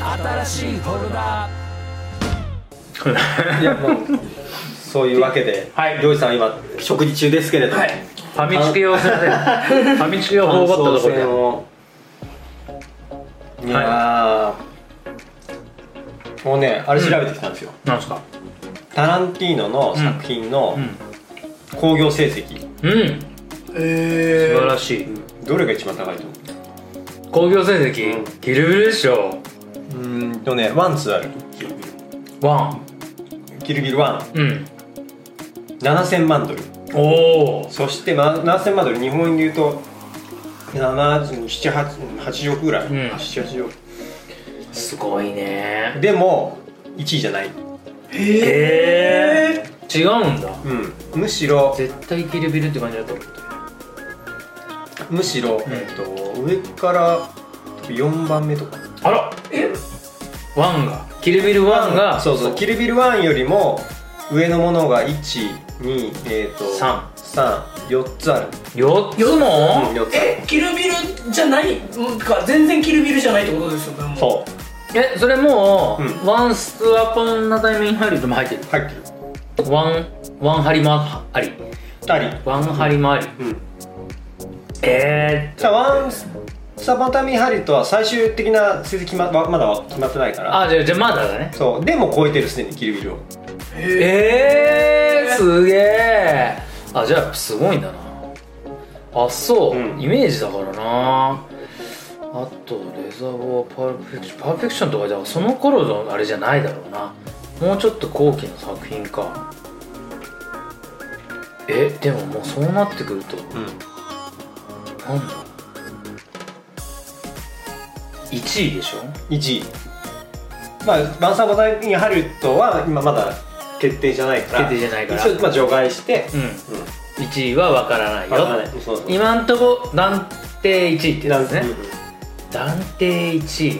新しいフォルダいやもうそういうわけで、はい漁師さん今食事中ですけれども、ファミチキをすいません ファミチキを頬張ったところで感想戦をいやーもうねあれ調べてきたんですよ、なんですかタランティーノの作品の興行成績、うんえ素ー、晴らしいどれが一番高いと思興行成績、うんギルビルでしょううーんとねワンツーあるワキルビルワンンうん7000万ドルおおそして、ま、7000万ドル日本円で言うと778億ぐらい、うん78億すごいねでも1位じゃない、ええー、違うんだうん、むしろ絶対ギルビルって感じだと思ったむしろ、えっと上から4番目とかあらえワンがキルビルワンがそうそうキルビル1よりも上のものが1 2えっ、と三34つある4つも4つあるえキルビルじゃないんか全然キルビルじゃないってことですよねうそうえそれもうんう、ワンスアポンなタイミング入るとも入ってる入ってるワンワンハリマありありワンハリマありうんえじゃあワンサポンタミハリとは最終的な成績決ままだ決まってないかー、らあじゃあじゃあまだだねそうでも超えてるすでにキルビルをえー、すげえあじゃあすごいんだなあそう、うんイメージだからなあとレザーはパーフェクションパーフェクションとかじゃその頃のあれじゃないだろうなもうちょっと後期の作品かえでももうそうなってくるとうんなんだ1位でしょ1位まあワンサポンタミハリとは今まだ決定じゃないから決定じゃないから一応まあ除外してうんうん1位は分からないよわからないそうそう今んとこ断定1位ってやつですね暫定1位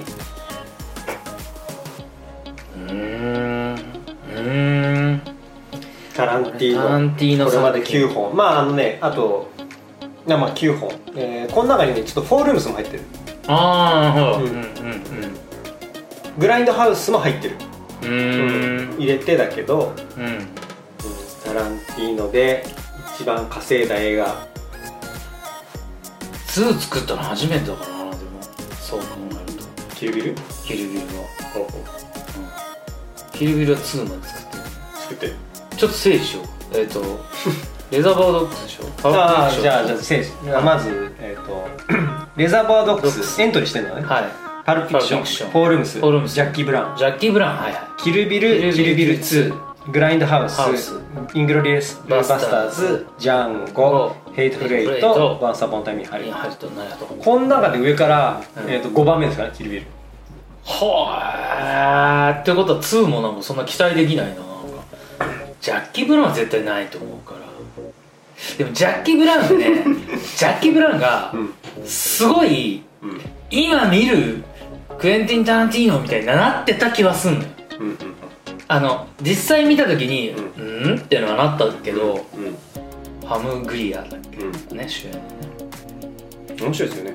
うーんうーんタランティーノタランティーノこれまで作品9本まああのねあといやまあ9本、えーこの中にねちょっとフォールームスも入ってるああなるほどううんんうんグラインドハウスも入ってる、うんうん入れてだけど、うんうんタランティーノで一番稼いだ映画2作ったの初めてだからなでもそう考えると「キルビルキルビルは」キルビルは2まで作ってる作ってるちょっと整理しようえっ、とレザーバードックスでしょああパワーフィクションじゃあじゃあ選手まず、えー、と レザーバードックドックススエントリーしてるのね、はいパルプフィクションパルプフィクションフォールームスフォールームスジャッキー・ブラウンジャッキー・ブラウンはいはキルビいルキルビル2 2グラインドハウスハウスイングロリエスババススタターーズズジャンゴヘイトフルエイト Hateful Eight ワンサポンタイミンハリに入ると何やとこの中で上から、うんえー、と5番目ですかねキルビルはあってことは2もなんかそんな期待できないななんかジャッキー・ブラウンは絶対ないと思うからでもジャッキー・ブラウン ねジャッキー・ブラウンがんすごいうんうん今見るクエンティン・タランティーノみたいになってた気はすんのようんあの実際見た時に「ううん?」ってのはなったけど、うんハム・グリアだっうんけね主演のね面白いですよね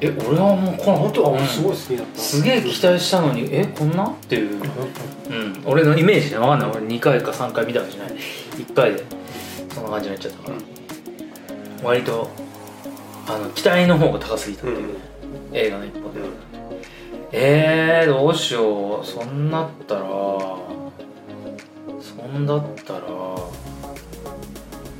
え俺はもうこの本当はうんすごい好きだったすげえ期待したのにえこんなっていううん、俺のイメージねわかんない俺2回か3回見たかもしれない1回でそんな感じになっちゃったから、割とあの期待の方が高すぎたってういんう、映画の一本で、えー、どうしようそんなったらそんだったら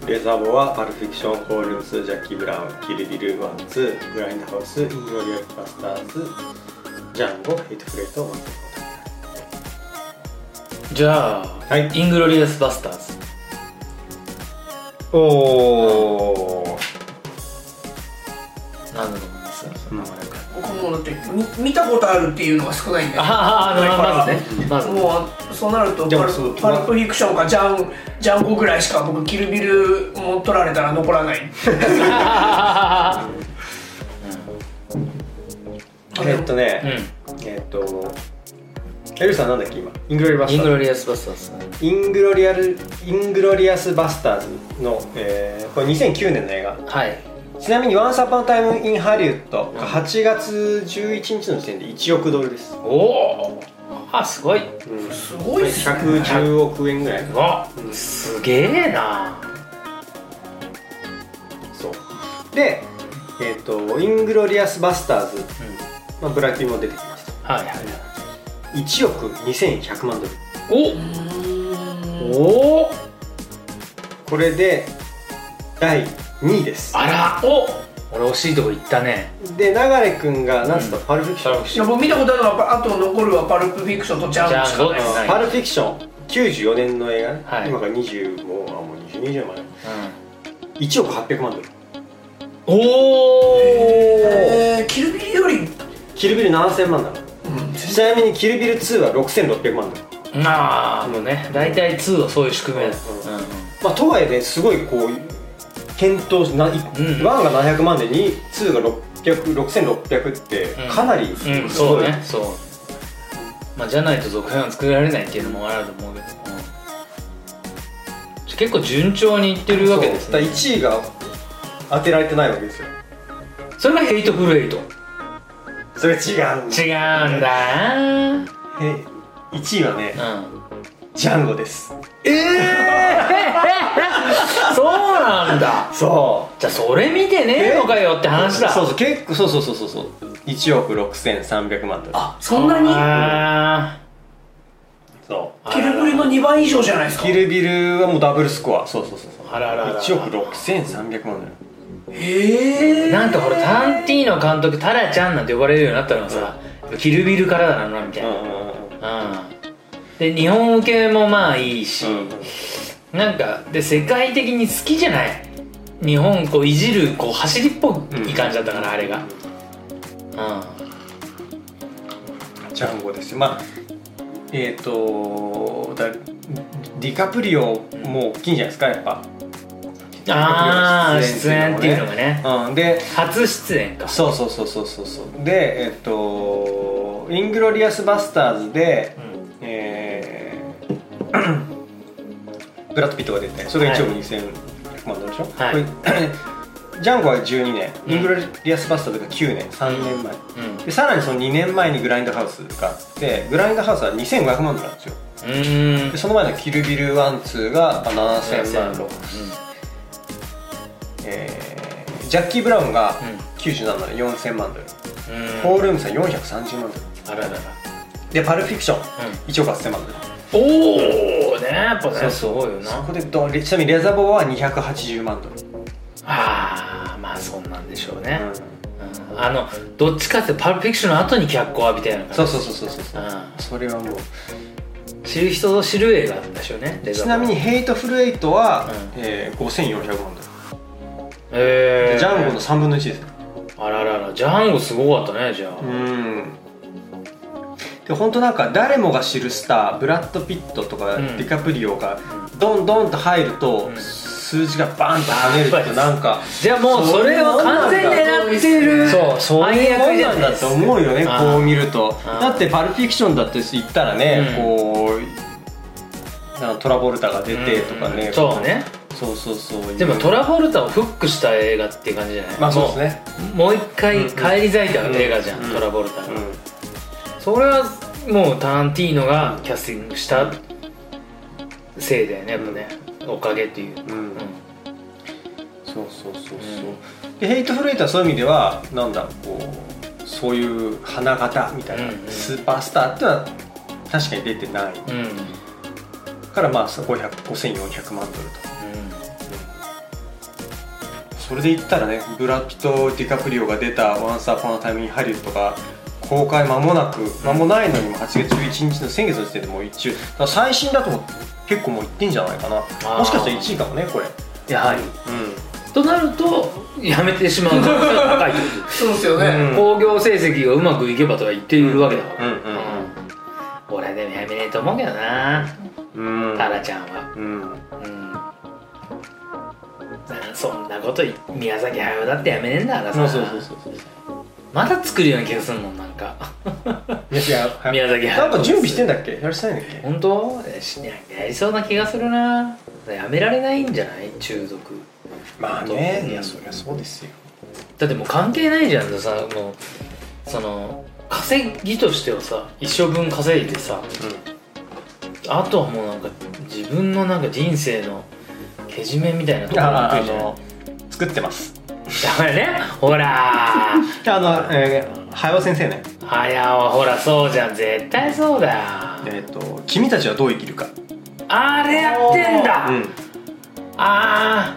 レザーボはパルフィクションフォールームスジャッキー・ブラウンキルビルワンツーグラインドハウスイングロリエスバスターズジャンゴヘイトフルエイトワンサポンタイミンハじゃあ、はいイングロリアス・バスターズリおー何だと思いますうん僕もだってみ見たことあるっていうのが少ないんでああああまずねまずねもうそうなるとじゃあパルそうパルプフィクションかジャンジャンゴぐらいしか僕キルビルも取られたら残らないえーっとね、 うえーっとエルさんなんだっけ今イングロリバんイスンタグーロズリアス・バスターズイングロリアルイングロリアスバスターズの、えーこれ2009年の映画はい「ちなみに「ワンサパンタイム・イン・ハリウッド」が8月11日の時点で1億ドルです、おおあすごいうん、すごいっすね110億円ぐらいうわすげえなそうで、えー、とイングロリアス・バスターズ、うんまあ、ブラキューも出てきましたはいはい1億2100万ドルおおおこれで第2位ですあらお俺惜しいとこ行ったねで流君がなんつった、パルフィクションいや僕見たことあるのはあと残るはパルプフィクションとジャンプしかないジャンパルフィクション94年の映画ね、はい今から20もうあもう20 20年前1億800万ドルうんおおえーキルビルより、キルビル7000万だろちなみにキルビル2は6600万ドルなあもうね大体2はそういう宿命だうんまあとはいえねすごいこう検討しない、うん1が700万で2 2が600 6600ってうんかなりすうごい、ん、うん、そうねそうまあじゃないと続編は作られないっていうのもあると思うけど、うんじゃあ結構順調にいってるわけですそうだからね1位が当てられてないわけですよそれがヘイトフルエイト違それ違うんうんだうんえ1位はねジャンゴですええそうなんだそうじゃあそれ見てねえのかよって話だそうそう結構そうそうそうそうそう1億6300万ドルあそんなにあそキルビルの2倍以上じゃないですうかキルビルはもうダブルスコアそうそうそうそうあらららら1億6300万ドえルーえなんかほらタンティーノ監督タラちゃんなんて呼ばれるようになったのはさ、キルビルからだなみたいな、うんで日本受けもまあいいし、なんかで世界的に好きじゃない日本こういじるこう走りっぽい感じだったから、あれがうんジャンゴですよまあえっ、ー、とだディカプリオも大きいんじゃないですかやっぱああ出演っていうのがねねうんで初出演かそうそうそうそうそうそうでえっ、とイングロリアスバスターズで、うんえーブラッド・ピットが出てそれが1億2100万ドルでしょ、はいこれ ジャンゴは12年うんイングロリアス・バスターズが9年3年前、うんでさらにその2年前にグラインドハウスがあってグラインドハウスは2500万ドルなんですようーんでその前のキルビル12が7000万ドル、えージャッキー・ブラウンが97なので4000万ドうんうル、んホールームさん430万ドルあらららでパルフィクション1億8000万ドルおおねやっぱねすごいよなそこでドンちなみにレザボアは280万ドル、ああまあそんなんでしょうね、うんあのどっちかってパルプフィクションの後に脚光を浴びたようなそ感うじそうそうそうそうそうそれはもううん知る人ぞ知る映画なんでしょうねちなみに「ヘイトフルエイトは」うえー5400万ドル、えー、ジャンゴの3分の1ですねあらららジャンゴすごかったねじゃあ、うんで本当なんか誰もが知るスターブラッド・ピットとかうんディカプリオがドンドンと入るとうん数字がバーンと跳ねるってなんかじゃあもうそれを完全に狙ってるそうそういうもんじゃなんだと思うよねあーこう見るとあーだってパルフィクションだって言ったらねうんこうなんかトラボルタが出てとかねうんそうねそうそうそうでもトララフォルタをフックした映画っていう感じじゃないまあそうですねもうもう一回返り咲いた映画じゃん、うんトラボルタが、うんそれはもうタランティーノがキャスティングしたせいだよねやっぱね、おかげっていう、うんうんそうそうそうそう、でヘイトフルエイトはそういう意味ではなんだこうそういう花形みたいな、うんうんスーパースターってのは確かに出てないうんうんからまあそこ100 5400万ドルとそれで言ったらねブラピとディカプリオが出た「ワンサーポンタイムインハリウッド」が公開間もなく間もないのにも8月11日の先月の時点でもう一応だから最新だとも結構もういってんじゃないかなもしかしたら1位かもねこれやはりうんとなるとやめてしまう可能性が高いってこそうですよね、と興行成績がうまくいけばとは言っているわけだから、うんうんうん俺はでもやめねえと思うけどなうんタラちゃんはうんうんなそんなこと言宮崎駿だってやめねえんだからそさうそうそうそうそうまだ作るような気がするもんなん か宮崎駿宮崎な駿んか準備してんだっけやりたいんだっけ本当えしやりそうな気がするなやめられないんじゃない中毒まあうねんいやそりゃそうですようだってもう関係ないじゃんさもうその稼ぎとしてはさ一生分稼いでさあとはもうなんか自分のなんか人生のけじめみたいなところああに行くじゃん の作ってますダメねほらーあの、えー、早尾先生ねはやおほらそうじゃん絶対そうだよえっ、と「君たちはどう生きるか」あれやってんだ、うん、ああ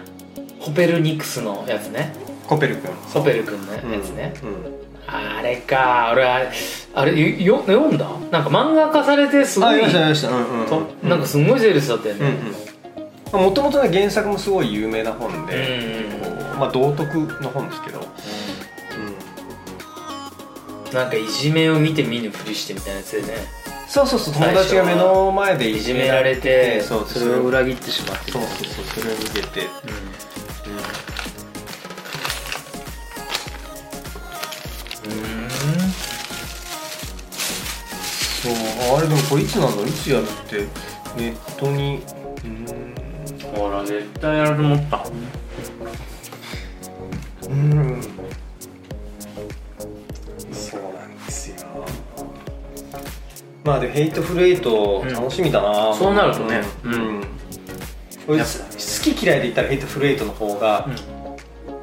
ホペルニクスのやつねコペル君ホペル君のやうんつね、うんあれか俺あれあれよよ読んだなんか漫画化されてすごあいりましたありましたうんうんとなんかすごいセールスだったよねもともと原作もすごい有名な本うんで、こうまあ道徳の本ですけど、なんかいじめを見て見ぬふりしてみたいなやつでねそうそうそう友達が目の前でいじめられてそうそれを裏切ってしまってそうそうそうそれを見てて、うんうそうあれでもこれいつなんだろういつやるってネットにうんーんほら絶対やると思ったうんそうなんですよまあでもヘイトフルエイト楽しみだな、んそうなるとねうん、うん俺やっ好き嫌いで言ったらヘイトフルエイトの方が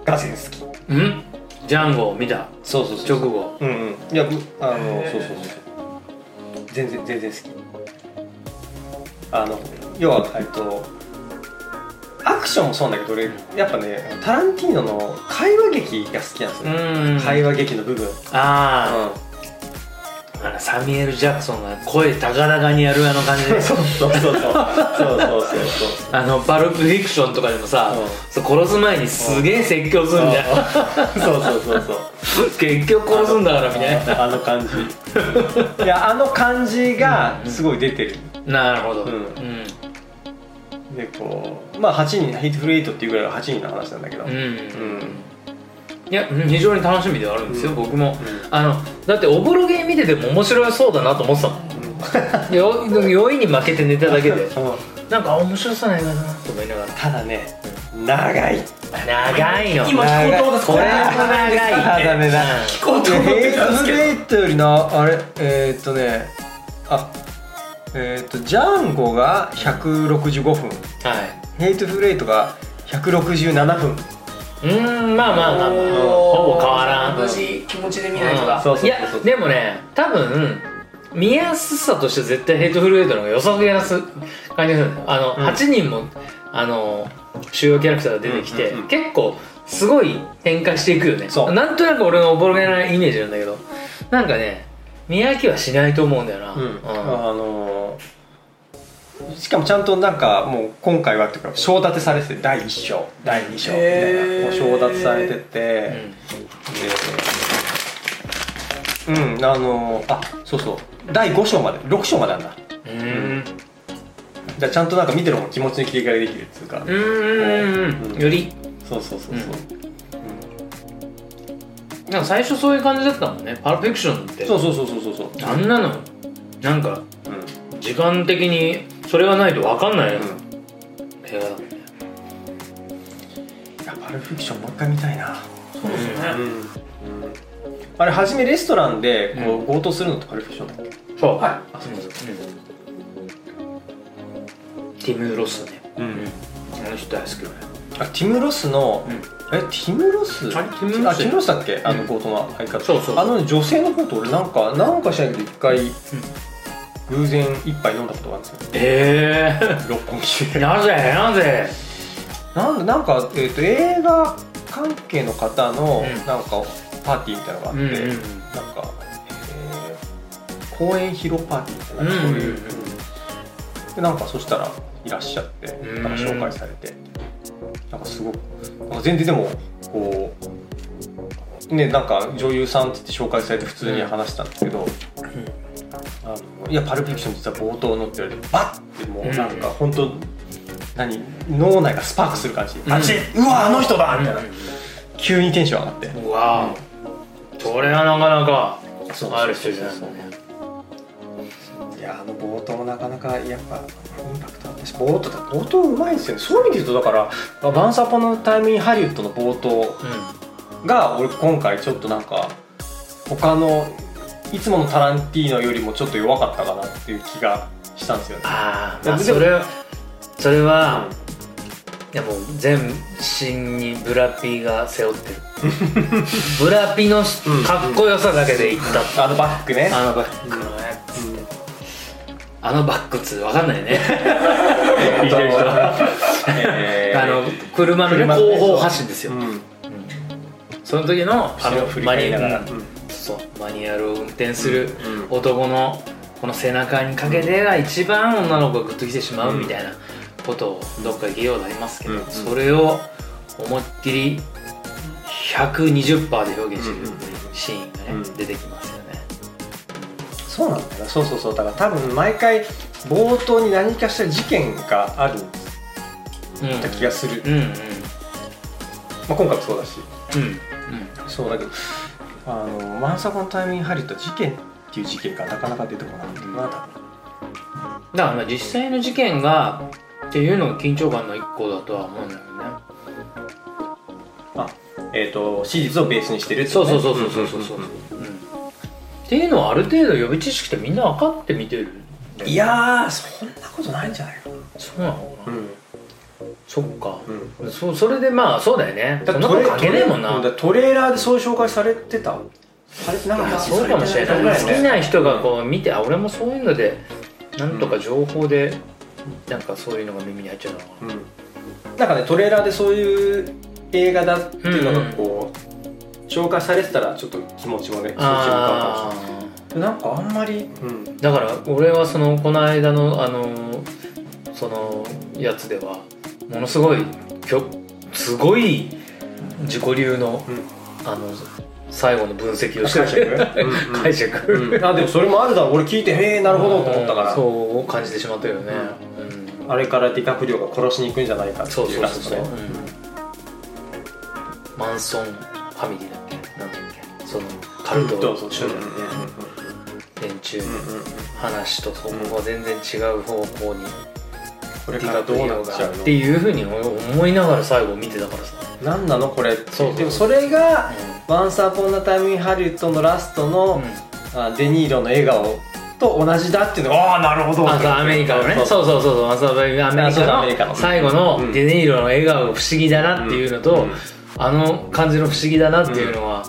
ガセン好き、うんジャンゴを見たそうそうそう直後うんうんいやぶあのへーそうそうそう全然全然好きあの要はえっとアクションもそうなんだけど俺やっぱねタランティーノの会話劇が好きなんですよ、ん会話劇の部分、ああ、うんあのサミュエル・ジャクソンが声高々にやるあの感じでそうそうそうそうそうそうそうそう あのバルプフィクションとかでもさ、うんそう殺す前にすげえ説教すんじゃん、そうそうそうそう結局殺すんだからみたいあの感じいやあの感じがすごい出てる、ななるほどうんうんでこうまあ8人ヘイトフルエイトっていうぐらいの8人の話なんだけど、うん、うんいやうん非常に楽しみではあるんですよ、うん僕も、あのだっておぼろげ見てても面白そうだなと思ってたも んよ酔いに負けて寝ただけでうんなんかあ面白そうな映画だなと思いながただね長いら長いの今な聞こうと思ったんですこれは長いあダメだ聞こうと思ってたんですけどヘイトフルエイトよりなあれえーっとねあえーっとジャンゴが165分はいヘイトフルエイトが167分うーんまあまあまあまあほぼ変わらん同じ気持ちで見ないとうかんそうそうそうそうやでもね多分見やすさとして絶対ヘイトフルエイトの方が良さげなす感じがするんだよあの、うん8人もあの主要キャラクターが出てきて、うんうんうん結構すごい展開していくよねそうなんとなく俺のおぼろげなイメージなんだけどなんかね見飽きはしないと思うんだよな、うん、あのーしかもちゃんとなんかもう今回はっていうか昇達されてて第1章第2章みたいなへーもう昇達されてうんて、でうんあのーあそうそう第5章まで6章までなんだうんうんじゃあちゃんとなんか見てる方も気持ちに切り替えできるっていうか、うんうんうんうんよりそうそうそうそう、なんか最初そういう感じだったもんねパルプフィクションってそうそうそうそうそうそうあんなのなんかうんうん時間的にそれがないと分かんない映画だもんねいやパルプフィクションもう一回見たいなそうですよねあれ初めレストランでこうう強盗するのってパルプフィクションだっけそうはいあそうそうそううんティム・ロスねううんあの人大好きよねあティム・ロスの、うんえティム・ロスあれティムロスあティム・ロスだっけあのうん強盗の相方、そうそうあの女性の方と俺なんかなんかしないけど一回、偶然一杯飲んだことがあるんですよええ六本木でなぜなぜなんでなんか、えー、と映画関係の方の、うんなんかパーティーみたいなのがあって、うんうんなんか、えー公園広パーティーみたいなそういうんう、うんでなんかそしたらいらっしゃってうんなんか紹介されてなんかすごくなんか全然でもこうねなんか女優さんって言って紹介されて普通に話したんですけど、あのいやパルプフィクション実は冒頭のって言われてバッてもうなんか本当、何脳内がスパークする感じ、んあっちうわあの人だみたいな、急にテンション上がってうわぁそれはなかなかそうある人じゃないいやあの冒頭もなかなかやっぱインパクトあったし冒頭だ冒頭うまいですよねそういう意味で言うとだから「バンサポのタイムインハリウッド」の冒頭うが俺今回ちょっとなんか他のいつものタランティーノよりもちょっと弱かったかなっていう気がしたんですよねあー、いやまあでそれはそれは、うんいやもう全身にブラピが背負っ てるブラピのしうんかっこよさだけでいったってあのバックねあのバックのやつって、あのバックっつうわかんないね聞いてる人はえーあの車のね車のね後方発進ですよ、うんその時のああのの振りマニ返りュながらアル、うんそうマニュアルを運転するうんうん男のこの背中にかけてが一番女の子がグッときてしまうみたいなことをどっかで言うようになりますけど、うんそれを思いっきり120%で表現してるシーンがね、うん出てきますよねそうなんだよなそうそうそうだから多分毎回冒頭に何かしら事件があるうん気がする、うんうんまあ、今回もそうだしうんそうだけどあの「満作のタイミング入ると事件っていう事件がなかなか出てこなかったな多分うんだからまあ実際の事件がっていうのが緊張感の一個だとは思うんだけどねあえっ、と史実をベースにしてるっていそうねそうそうそうそうそうそう、うんっていうのはある程度予備知識ってみんな分かって見てるんだよねいやーそんなことないんじゃないかなそうなのかな、んそっか、うんそそれでまあそうだよねそんなこと関係ねえもんなトレーラーでそういう紹介されてたされてなかったそうかもしれない、好きな人がこう見てあ俺もそういうのでなんとか情報で、なんかそういうのが耳に入っちゃうのかなうん、なんかねトレーラーでそういう映画だっていうのがこう、紹介されてたらちょっと気持ちもねそっちも変わああるかもしれないなんかあんまり、うん、だから俺はそのこの間のあのそのやつではものすごいきょすごい自己流の、うんあの最後の分析をして解釈、るうん解釈、 うんあでもそれもあるだろう俺聞いてへえなるほどと思ったから、そう感じてしまったよね、うんあれからディカプリオが殺しに行くんじゃないかってそういそううラそうそストう、ねうんマンソンファミリーだっけなんだっけそのカルどトうぞ集団の連中うんのうんうん話とそこは全然違う方向にこれデかィらカプどうリなオっちゃがうってのいうふうに思いながら最後見てたからさ、何なのこれってそうそうでもそれが「ワンサーポンナタイムインハリウッド」のラストの、あデニーロの笑顔と同じだっていうのがああなるほどあそうアメリカのねそうそうそうそうまあそうアメリカあそうそうアメリカのの最後のデニーロの笑顔が不思議だなっていうのと、うんうんあの感じの不思議だなっていうのは、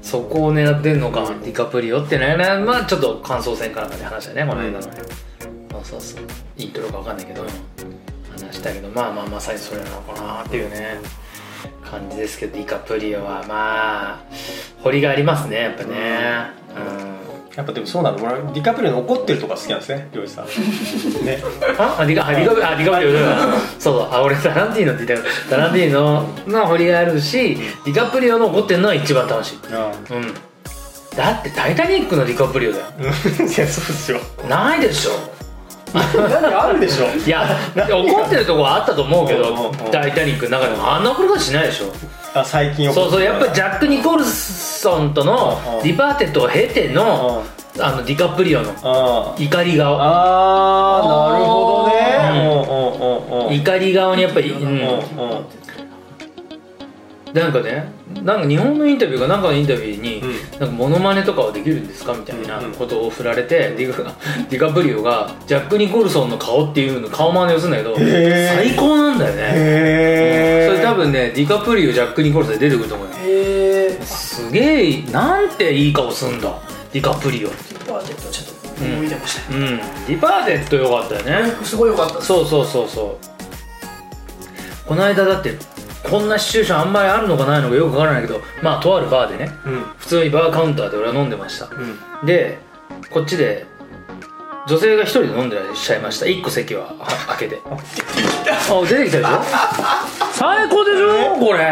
そこを狙ってんのか、ディカプリオってねまあちょっと感想戦かなんかで話したねこの間のね、そうそうそういいとこかわかんないけど話したけどまあまあまさにそれなのかなっていうね感じですけどディカプリオはまあ彫りがありますねやっぱねうんやっぱでもそうなの俺ディカプリオの怒ってるとか好きなんですね漁師さん ねああリカあリカあリカプリオだそうそうあ俺タランティーノって言ったけどタランティーノの掘りがあるしディカプリオの怒ってんのは一番楽しいうんだって「タイタニック」のディカプリオだよ うんいやそうですよないでしょ何かあるでしょい や怒ってるとこはあったと思うけうんうんどうん「タイタニック」の中でもあんなことしないでしょあ最近怒そうそうやっぱジゃャック・ニコルソンとうんうのんディパーテッドを経てのあのディカプリオのあ怒り顔あーなるほどねうんうんうんうん怒り顔にやっぱり、うん、うんうんなんかねなんか日本のインタビューがなんかのインタビューに、うんなんかモノマネとかはできるんですかみたいなうんうんことを振られて、ディガ ディカプリオがジャック・ニコルソンの顔っていうの顔真似をするんだけどへー最高なんだよね、へえそれ多分ねディカプリオジャック・ニコルソンで出てくると思うよへえすげえなんていい顔すんだディカプリオパーテットちょっと思い出ました、うんディパーテッドよかったよねすごい良かったですそうそうそうそうこの間だってこんなシチュエーションあんまりあるのかないのかよくわからないけどまあとあるバーでねうん普通にバーカウンターで俺は飲んでましたうんでこっちで女性が一人で飲んでらっしゃいました1個席はあ開けてあ出てきたでしょ最高でしょこれ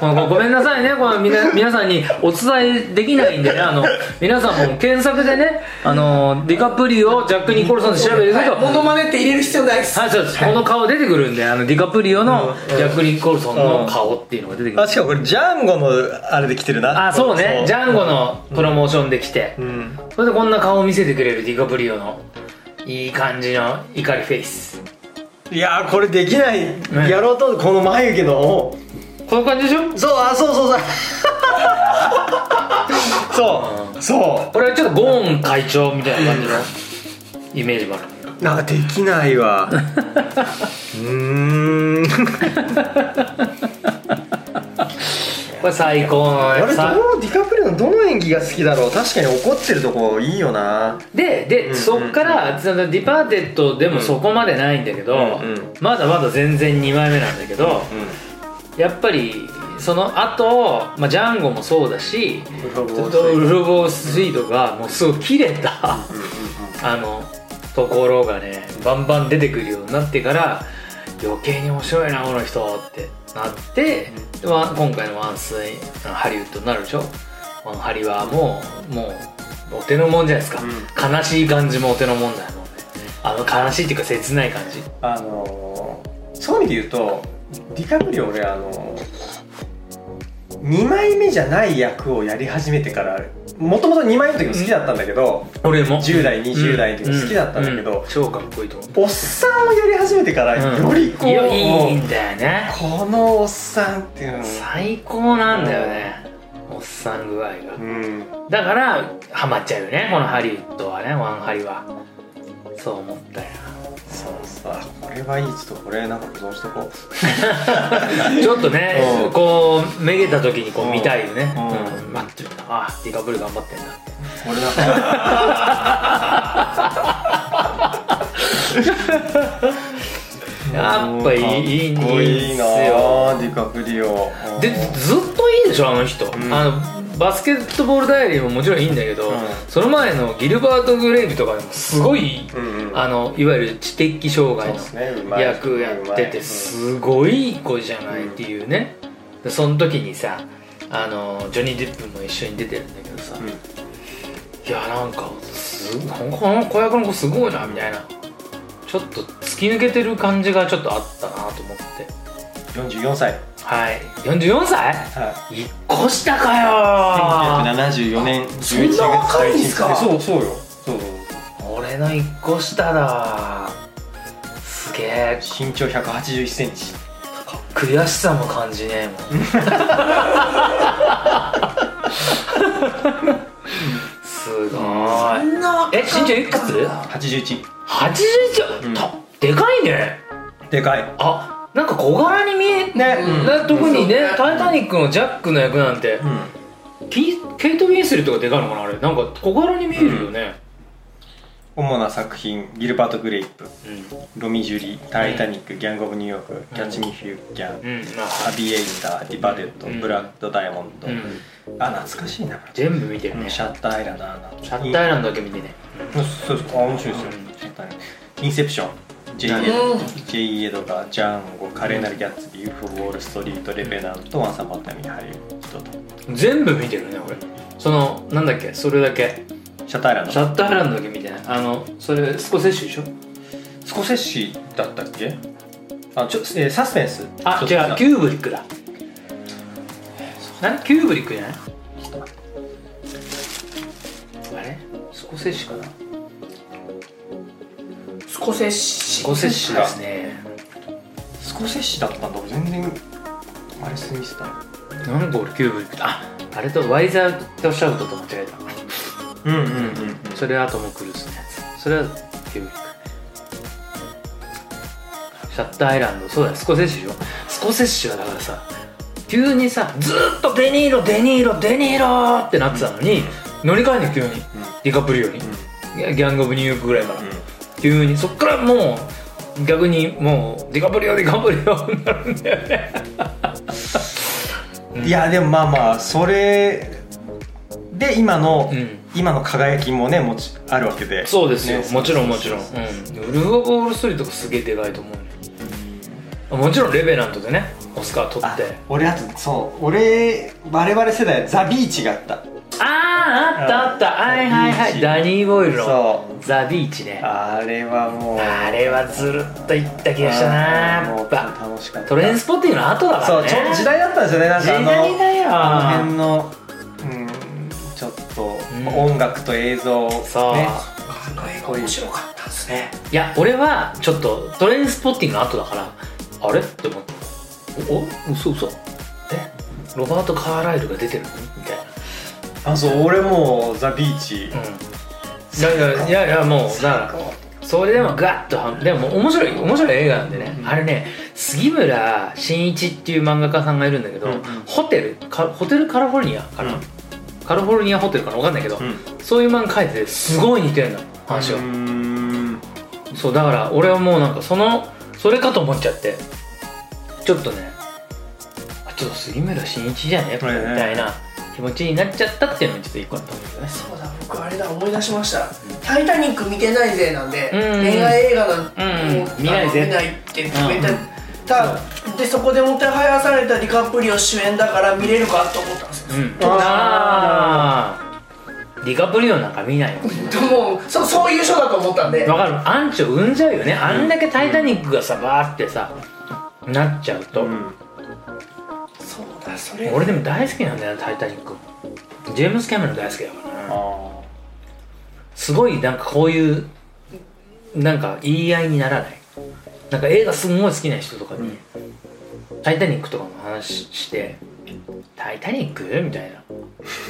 このごめんなさいねこのみな皆さんにお伝えできないんでねあの皆さんも検索でねあのディカプリオジャック・ニコルソンで調べてくとモノマネって入れる必要ないですはいそうですこの顔出てくるんであのディカプリオのジャック・ニコルソンの顔っていうのが出てくるあしかもこれジャンゴのあれで来てるなあそうねジャンゴのプロモーションで来て、うんそれでこんな顔を見せてくれるディカプリオのいい感じの怒りフェイスいやーこれできない、やろうと思ってこの眉毛のこの感じでしょそうあそうそうそう そうそ俺はちょっとゴーン会長みたいな感じのイメージ もあるうなんかできないわう ーんこれ最高のあれさどのディカプリオのどの演技が好きだろう確かに怒ってるとこいいよなでうで、んうんそっから「そのディパーテッド」でもそこまでないんだけど、うんうんまだまだ全然2枚目なんだけど、うやっぱりその後、まあジャンゴもそうだしんウルフオブウォールストリーウルフ・ボースイートがもうすごい切れた、トうんうんうんあのところがねバンバン出てくるようになってから余計に面白いなこの人ってなって、でまあ今回の「ワンスインハリウッド」になるでしょワンハリはもうもうお手のもんじゃないですか、悲しい感じもお手のもんだよもうねあの悲しいっていうか切ない感じあのーそういう意味で言うとディカプリオ俺あの2枚目じゃない役をやり始めてからもともと2枚目の時も好きだったんだけど、俺も10代20代の時好きだったんだけどうう超かっこいいと思うおっさんをやり始めてからうんよりこう、いやいいんだよねこのおっさんっていうの最高なんだよね、おっさん具合がうんだからハマっちゃうよねこのハリウッドはねワンハリはそう思ったよそうさこれはいいちょっとこれなんか保存しとこちょっとねうんこうめげた時にこう見たいよねうんうん待ってるあディカプル頑張ってんだってうこれだから やっぱいいいいんかっこいいなですよディカプリオでずっといいでしょあの人、んあのバスケットボールダイアリーももちろんいいんだけど、うんその前のギルバート・グレイブとかでもすごい、うんうんあのいわゆる知的障害のそうですねうまい役やうっまいてうてんすごい子じゃないっていうね、でその時にさあのジョニー・デップも一緒に出てるんだけどさ、うんいやなんかすごいこの子役の子すごいなみたいなちょっと突き抜けてる感じがちょっとあったなと思って44歳はい44歳はい一個下 かよ1974年そんな若いんすかそうそうよそうそう俺の一個下だすげえそう身長1 8 1センチ悔しさも感じねえもんすごそいんなえ身長いくつ81 81、うんたでかいねでかいあなんか小柄に見えねうんな特にねう「んタイタニック」のジャックの役なんて、うんピケイト・ウィンスレットがでかいのかなあれなんか小柄に見えるよね、主な作品ギルバート・グレイプうんロミジュリタイタニックギャング・オブ・ニューヨークキャッチ・ミ・フュー・ギャンうんまあアビエイターディバレットうんブラッド・ダイヤモンドうんあ懐かしいな全部見てるうんねシシャャッターアイランドアナッターアイランドだけ見てねうんそうそうあ面白いですようんシャッターアイランドインセプション J. うん J. エドガー、ジャンゴ、華麗なるギャッツビー、UFO、ウォール・ストリート、レベナント、ワンサンバッタミー、ハリウッドと。全部見てるね俺そのなんだっけそれだけシャターアイランドシャッターアイランドだけ見てないあのそれスコセッシュでしょスコセッシだったっけあちょ、えーサスペンスあちょっと違うキューブリックだなんキューブリックじゃないあれスコセッシュかなスコセッスシコセッシュですねスコセッシだったんだ俺全然あれスミスだなんか俺キューブリックだああれとワイザーとシャウトと間違えうんうんうんたそれはトム・クルーズのやつそれはキューブリックシャッターアイランドそうだよスコセッシュよスコセッシュはだからさ急にさずーっとデニーロデニーロデニーローってなってたのに乗り換えんの急にディカプリオにギャギャング・オブ・ニューヨークぐらいから、急にそっからもう逆にもうディカプリオディカプリオになるんだよねうんいやでもまあまあそれで今の、うん今の輝きもねもちあるわけでそうですよ、ねもちろんもちろん、うん、ウルフ・オブ・ウォール・ストリートがすげえでかいと思うねもちろんレベラントでねオスカー取あって俺あとそう俺我々世代はザ・ビーチがあったあーあったあったはいはいはビーいチダニー・ボイルのそザ・ビーチねうあれはもうあれはずるっといった気がしたなやもっうぱ楽しかったトレインスポッティングの後だかそらうねちょっと時代だったんですよねなんかあの時代だよあの辺のうんちょっと、ん音楽と映像そうねあの映画面白かったですねいや俺はちょっとトレインスポッティングの後だからあれって思ったおおそうそうっロバート・カーライルが出てるのみたいなあそう俺もザ・ビーチ、うんだからいやいやもうだからそれでもガッとはでも面白い面白い映画なんでね、あれね杉村真一っていう漫画家さんがいるんだけど、うんうんホテルかホテルカリフォルニアかな、うんカリフォルニアホテルかな分かんないけど、うんそういう漫画描いててすごい似てるの話が、うーんそうだから俺はもうなんかそのそれかと思っちゃってちょっとねあちょっと杉村真一じゃねみはいはいたいな気持ちになっちゃったっていうのがちょっと一個あったんだけどねそうだ僕あれだ思い出しました「タイタニック」見てないぜなんで、うん恋愛映画なんて、うんもう見ないぜあの見ないって決めうてんた、でそこでもてはやされたディカプリオ主演だから見れるかと思ったんですよ、うん、ああーディカプリオなんか見ないよでもそそういう人だと思ったんでわかるアンチを生んじゃうよねあんだけ「タイタニック」がさバーってさなっちゃうと、うんそうだそれ俺でも大好きなんだよな「タイタニック」ジェームス・キャメロン大好きだからなあすごいなんかこういうなんか言い合いにならないなんか映画すんごい好きな人とかに「タイタニック」とかの話して「タイタニック?」みたいな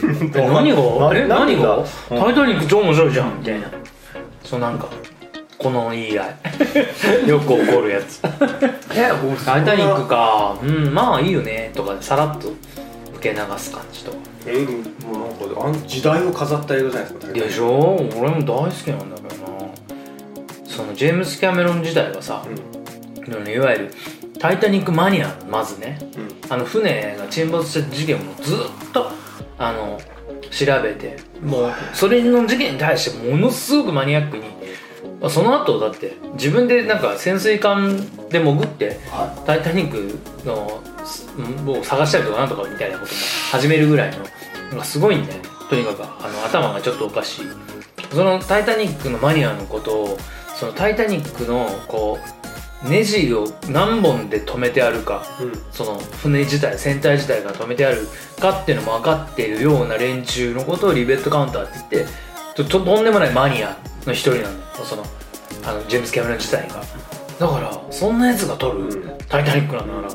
ーえ何がえ何何がが「タイタニック超面白いじゃん」みたいなそうなんかこの言い合い よく起こるやついやもう「そんなタイタニックかうんまあいいよね」とかでさらっと受け流す感じとかえもうなんかあの時代を飾った映画じゃないですかでしょ俺も大好きなんだけどなそのジェームス・キャメロン時代はさうんいわゆる「タイタニックマニア」まずねうんあの船が沈没した事件もずっとあの調べてもうそれの事件に対してものすごくマニアックにまあその後だって自分でなんか潜水艦で潜っては「タイタニックの」すを探したりとかなんとかみたいなことも始めるぐらいのなんかすごいんだよねとにかくあの頭がちょっとおかしいその「タイタニック」のマニアのことを「そのタイタニック」のこうネジを何本で止めてあるかうんその船自体船体自体が止めてあるかっていうのも分かっているような連中のことをリベットカウンターって言ってとととんでもないマニアの一人なんだよそのあのジェームス・キャメロン自体がだからそんなやつが撮るうん「タイタニック」なんだから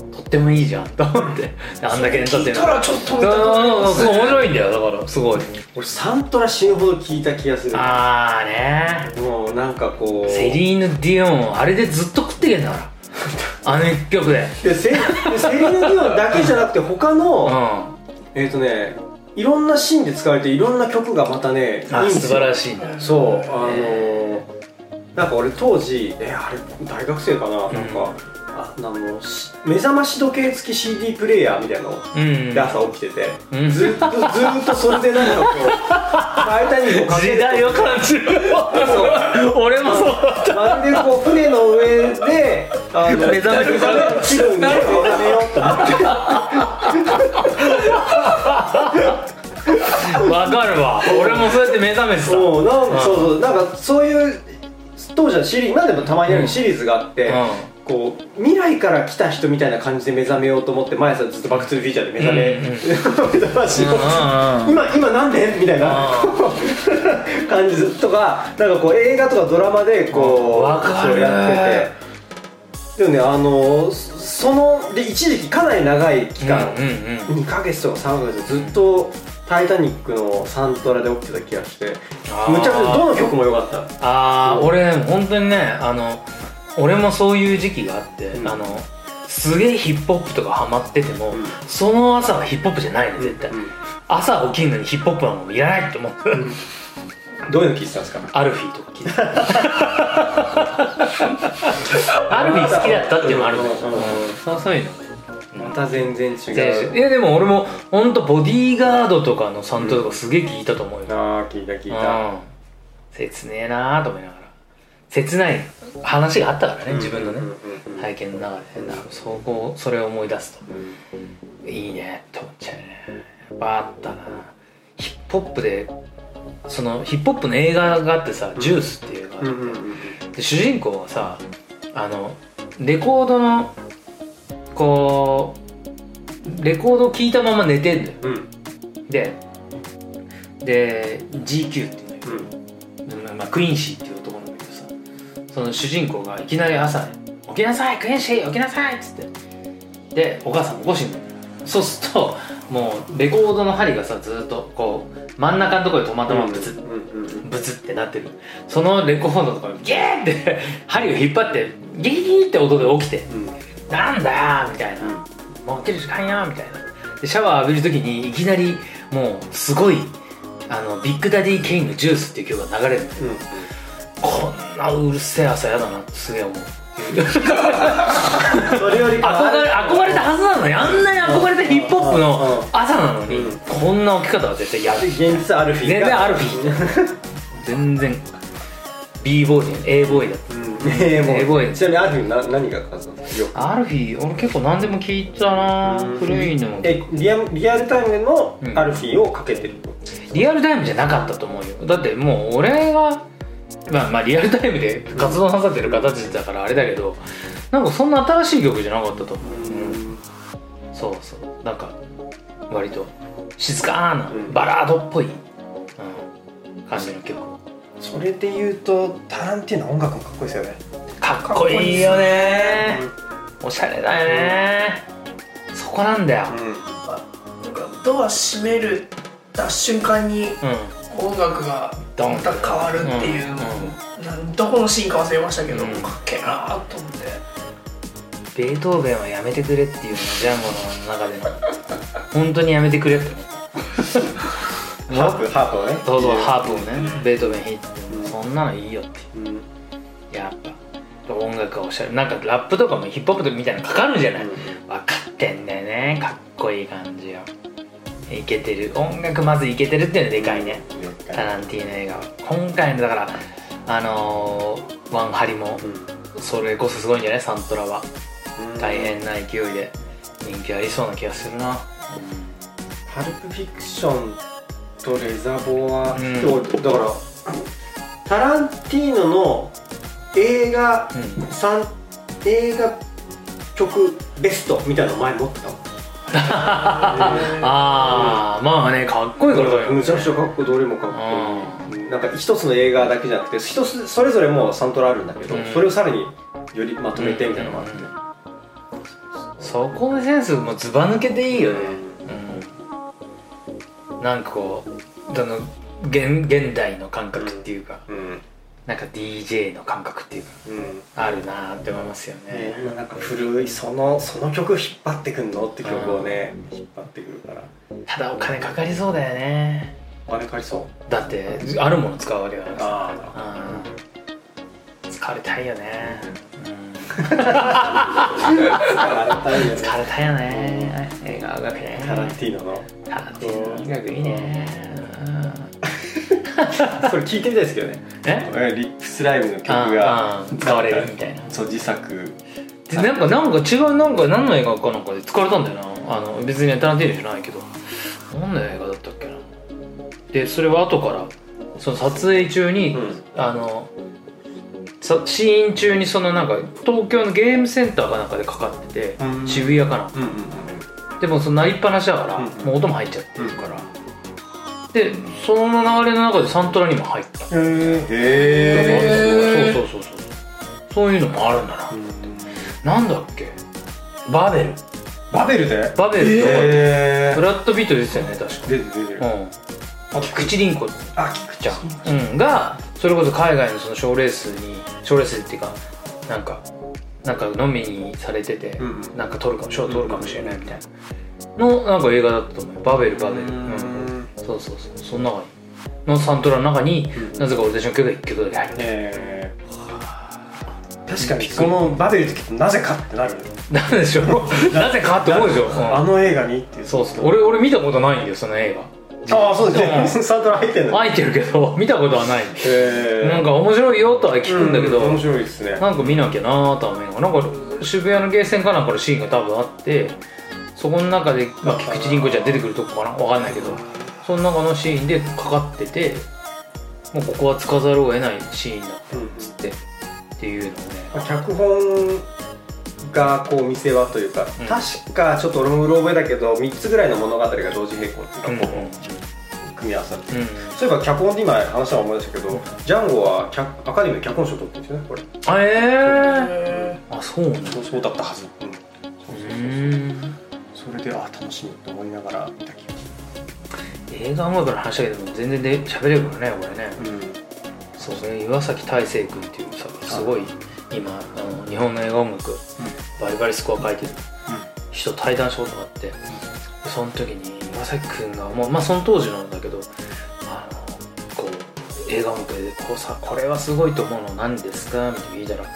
とってもいいじゃんと思ってあんだけエンター聞いテイメンたトらちょっと見たくなりそうまそうすすごい面白いんだよだからすごい俺サントラ死ぬほど聞いた気がするああねもうなんかこうセリーヌ・ディオンあれでずっと食ってけんだ からあの一曲ででセセリーヌ・ディオンだけじゃなくて他の、うんえっ、とねいろんなシーンで使われていろんな曲がまたねいいんあです素よ晴らしいんだよそうあのーなんか俺当時えあれ大学生かな、なんかああのし目覚まし時計付き CD プレイヤーみたいなのうんで朝起きてて、うんずっとずっとそれでなんかこう「 タイタニック」をかけ時る代を感じる俺もそうだったまるでこう船の上であの目覚める気分に目覚めようと思ってわかるわ俺もそうやって目覚めてたうんそうなんうんかそうそうなんかそういう当時のシリーズ今でもたまにあるシリーズがあって、こう未来から来た人みたいな感じで目覚めようと思って毎朝ずっと「バック・トゥ・フィーチャー」で目覚め、うんうん 目覚ましを、うん今今なんでみたいな 感じとかなんかこう映画とかドラマでこわうかるそうやってて。でもね、あのそそので一時期かなり長い期間、うんうんうん2ヶ月とか3ヶ月ずっと「タイタニック」のサントラで起きてた気がしてむあーちゃくちゃどの曲も良かったああ俺本当にねあの俺もそういう時期があって、うんあのすげえヒップホップとかハマってても、うんその朝はヒップホップじゃないの絶対、うん朝起きるのにヒップホップはもういらないと思って、どういうの聴いてたんですかアルフィーとか聞いて たアルフィー好きだったっていうのもあるんだけどうんうんそうそういうのまた全然違選う手いやでも俺も本当ボディーガードとかのサントラとかすげえ聞いたと思うよ、うん、ああ聞いた聞いた切ねえなーと思いながら切ない話があったからね、自分のね、うんうんうん体験の中でなんかそこそれを思い出すといいねと思っちゃうねやっぱあったなヒップホップでそのヒップホップの映画があってさ「ジュース」っていう映画があって、うんうんうんで主人公はさあのレコードのこうレコードを聴いたまま寝てんだようんでで GQ っていうのよ、まあ、クインシーっていう男なんだけどさその主人公がいきなり朝ね「起きなさいクインシー起きなさい」っつってでお母さん起こしになるそうするともうレコードの針がさずーっとこう真ん中のところで止まったままブツッうんうんブツってなってるそのレコードとかにギャーって針を引っ張ってギーギーって音で起きてうんなんだよみたいな、もう起きる時間やみたいなでシャワー浴びる時にいきなりもうすごいあのビッグダディ・ケインの「ジュース」っていう曲が流れるうんうんこんなうるせえ朝やだなってすげえ思うそれより憧れ憧れたはずなのにあんなに憧れたヒップホップの朝なのに、うんこんな起き方は絶対やる現実アルフィー全が然アルフィ全然 B ボーイじゃん A ボーイだったうんええええももううちなみにアルフィーな何が感じたのよアルフィ俺結構何でも聞いたなうん古いのえリアリアルタイムのアルフィーをかけてるリアルタイムじゃなかったと思うよだってもう俺がまあまあリアルタイムで活動なさってる方たちだからあれだけどなんかそんな新しい曲じゃなかったと思う、うんそうそうなんか割と静かなうんバラードっぽい、うん、感じの曲それで言うとタランティーノは音楽もかっこいいですよねかっこいいよねおしゃれだよねそこなんだよなんかドア閉めるた瞬間にうん音楽がドンまた変わるっていう、うんなんどこのシーンか忘れましたけど、うんかっけえなーと思ってベートーベンはやめてくれっていうのジャンゴの 中でも本当にやめてくれってねハープハープをねそうそうハプープをねベートーベン弾いてそんなのいいよってうんやっぱ音楽はおしゃれなんかラップとかもヒップホップみたいなのかかるじゃない、うん分かってんだよねかっこいい感じよいけてる音楽まずいけてるっていうのでかいねタランティーノ映画は今回のだからあのーワンハリもそれこそすごいんじゃないサントラは大変な勢いで人気ありそうな気がするなパルプフィクションとレザボは、うん今日だからタランティーノの映画うん、さん映画曲ベストみたいなの前持ってたもんああまあねかっこいいからだよ、むちゃくちゃかっこどれもかっこいいなんか一つの映画だけじゃなくて一つそれぞれもうサントラあるんだけど、うんそれをさらによりまとめてみたいなのがあって、そこのセンスもずば抜けていいよね、うん、なんかこうその現現代の感覚っていうか、うんうんなんか DJ の感覚っていうかあるなーって思いますよね、ね、なんか古いそのその曲引っ張ってくんのって曲をね、引っ張ってくるからただお金かかりそうだよねお金借りそうだってあるもの使うわけだからさあうん疲れたいよね、うん、あたいよね疲れたいよね映画音楽ねタランティーノのタランティーノ音楽いいねうんこれ聞いてみたいですけどねえリップスライムの曲あーがあー使われるみたいなそう自作でなんかなんか違うなんか何の映画かなんかで使われたんだよなあの別にタランティーノじゃないけど何の映画だったっけなでそれは後からその撮影中に、うんあのさシーン中にそのなんか東京のゲームセンターかなんかでかかっててうん渋谷かなうんうんでもそのなりっぱなしだから、うんもう音も入っちゃってるから、でその流れの中でサントラにも入ったへえそうそうそうそうそういうのもあるんだな、なんだっけバベルバベルでバベルとか、へブラッド・ビートですよね確出てる出てるか、うん、菊池凛子あ菊ちゃん、うん、がそれこそ海外のその賞レースに賞レースっていうかなんかなんか飲みにされてて、うんうんなんか取るかも賞取るかもしれないみたいなのなんか映画だったと思うよバベルバベル、うんそうそうそうその中にのサントラの中に、うんなぜか俺たちの曲が1曲だけ入ってへー確かにこのバベルの時ってなぜかってなるるなんで しょうなぜかって思うでしょ、うんあの映画にっていうそうそう俺俺見たことないんだよその映ああそうでうすねサントラ入ってん画のへ入ってるけど見たことはないえなんか面白いよとは聞くんだけど、面白いですねなんか見なきゃなーとは思いながらなんか渋谷のゲーセンかなんかのシーンが多分あってそこの中で、まあ、菊池凛子ちゃん出てくるとこかなわかんないけどその中のシーンでかかっててもうここはつかざるを得ないシーンだっうんつってっていうのをね脚本がこう見せ場というか、うん確かちょっと俺もうろ覚えだけど3つぐらいの物語が同時並行ってういんううかんこう組み合わされて、うんそういえば脚本で今話したの思い出したけどジャンゴは脚アカデミーの脚本賞取ってるんですよねこれあえー、へあそうなんだそうそうだったはず、うんうーんそれでああ楽しみと思いながら見た気がす映画音楽の話だけど全然で喋れるからね俺ねる、うん、そうそれ岩崎大成君っていうさすごい今あの日本の映画音楽バリバリスコア書いてる人対談したことがあってその時に岩崎君がもう、まあ、その当時なんだけどあのこう映画音楽でこうさこれはすごいと思うの何ですかみたいな聞いたら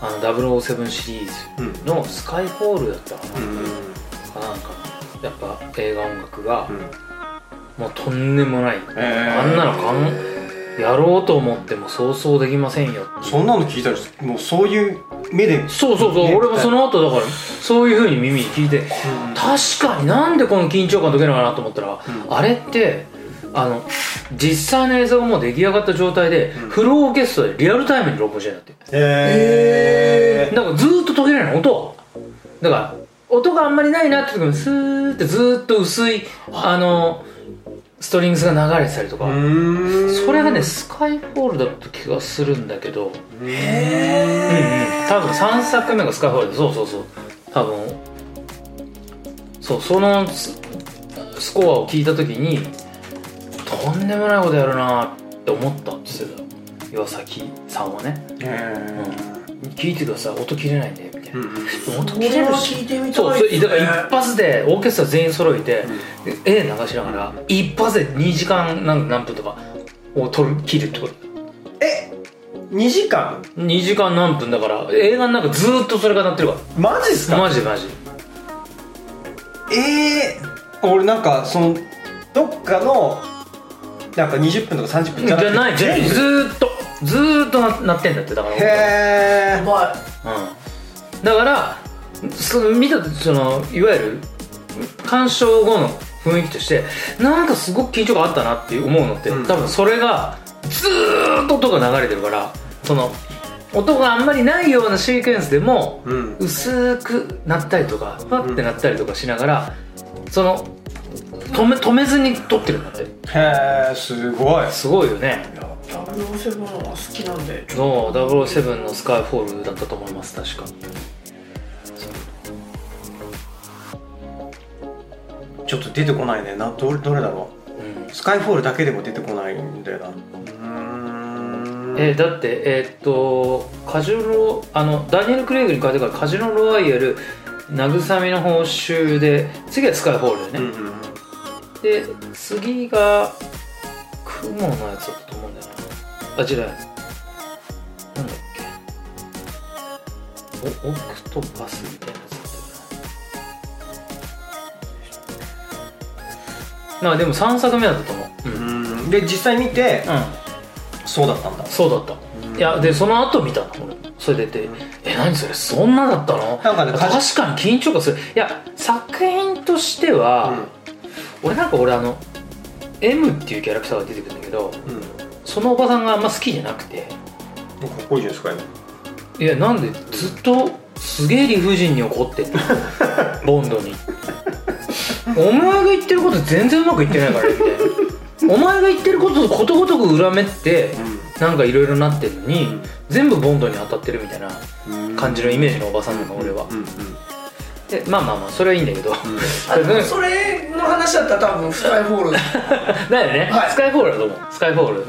あの007シリーうんズの「スカイホール」だったかな、うんうんかなんかやっぱ映画音楽がうんもうとんでもない、えーあんなのかんやろうと思ってもそうそうできませんよっていうそんなの聞いたらもうそういう目で、そうそうそう、ね俺もその後だからそういうふうに耳に聞いて確かになんでこの緊張感解けるのかなと思ったら、んあれってあの実際の映像がもう出来上がった状態で、んフルオーケストラでリアルタイムに録音してるんだってえだからずーっと途切れないの音はだから音があんまりないなって時もスーってずーっと薄いあのストリングスが流れてたりとか、ー、それがねスカイホールだった気がするんだけどうんうん多分3作目がスカイホールでそうそうそう多分そうそのススコアを聞いた時にとんでもないことやるなって思ったって言ってた岩崎さんはねえ聞いてください音切れないんでみたいな、ーうんうん音そ切れれるはし聞いてみたそういそでれすねだから一発でオーケストラ全員揃えて、絵流しながら一発で2時間何何分とかを撮る切るってことえ2時間2時間何分だから映画の中ずーっとそれが鳴ってるかマジっすらか、マジマジえー、俺なんかそのどっかのなんか20分とか30分じゃくてないじゃない全部ずーっとずーっとな鳴ってんだってだからへうーまうん、だからその見たそのいわゆる鑑賞後の雰囲気としてなんかすごく緊張感あったなっていう思うのって、うん多分それがずーっと音が流れてるからその音があんまりないようなシークエンスでもうん薄くなったりとかパッてなったりとかしながら、その止め止めずに撮ってるんだってへーすごいすごいよねいいや007は好きなんでの007のスカイフォールだったと思います確かちょっと出てこないねなどれどれだろうんうスカイフォールだけでも出てこないんだよなうーんえーだってえーっとカジノロあのダニエル・クレイグに変えてからカジノロワイヤル慰めの報酬で次はスカイホールだうよんね、うんうんで次が雲のやつだったと思うんだよなあ違うなんだっけおオクトパスみたいなやつだったよなまあでも3作目だったと思うう、うんんで実際見てうんそうだったんだそうだった、うんいやでその後見たの俺それ出て、え何それそんなだったのなんかね確かに緊張感するいや作品としては、俺なんか俺あの M っていうキャラクターが出てくるんだけどうんうんそのおばさんがあんま好きじゃなくてかっこいいじゃないですか今いやなんでずっとすげえ理不尽に怒ってん のボンドにお前が言ってること全然うまくいってないからみたいなお前が言ってることことごとく裏目って、なんかいろいろなってるのに、うん全部ボンドに当たってるみたいな感じのイメージのおばさんなの、俺は、うんうんでまあまあまあそれはいいんだけど、あでもそれの話だったら多分スカイフォール だ だよね、はいスカイフォールだと思うスカイフォールうん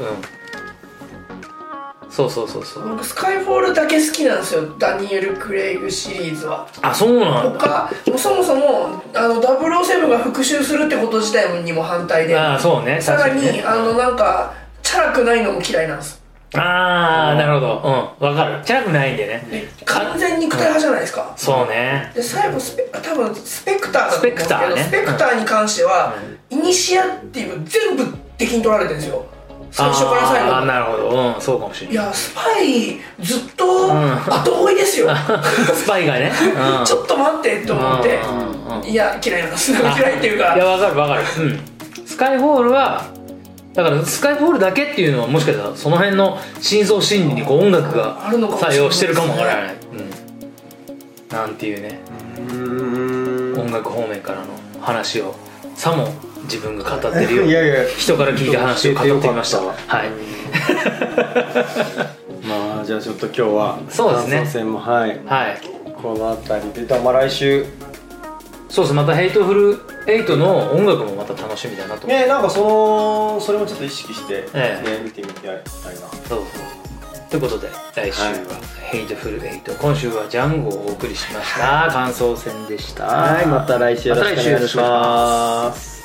そうそうそうそう僕スカイフォールだけ好きなんですよダニエル・クレイグシリーズはあそうなんだ他もうそもそもあの007が復讐するってこと自体にも反対でああそうねさらに確かねあのなんかチャラくないのも嫌いなんですああなるほどうんわかるチャラくないんでねで完全肉体派じゃないですか、そうねで最後スペ多分スペクターだと思うんですけどスペクターねスペクターに関しては、イニシアっていう全部敵に取られてるんですよ最初から最後あまあでなるほどうんそうかもしれいないやスパイずっとん後追いです よ、スパイ がね、うん、ちょっと待ってと思って、うんうんいや嫌いなんです嫌いっていうかいやわかるわかるうんスカイホールはだからスカイホールだけっていうのはもしかしたらその辺の深層心理にこう音楽があるのかもしれな作い用してるかもわからない、うん、なんていうねうん音楽方面からの話をさも自分が語ってるよういにやいや人から聞いた話を語ってみましたはいまあじゃあちょっと今日はそうですね感想戦もはいはいこの辺りでだまあ来週そうですまた「ヘイトフルエイトの音楽もまた楽しみだなと思って、ねなんかそのそれもちょっと意識して、ねええ見てみたいなそうそうということで来週は「ヘイトフルエイト今週は「ジャンゴ」をお送りしました、感想戦でしたはいまた来週よろしくお願いします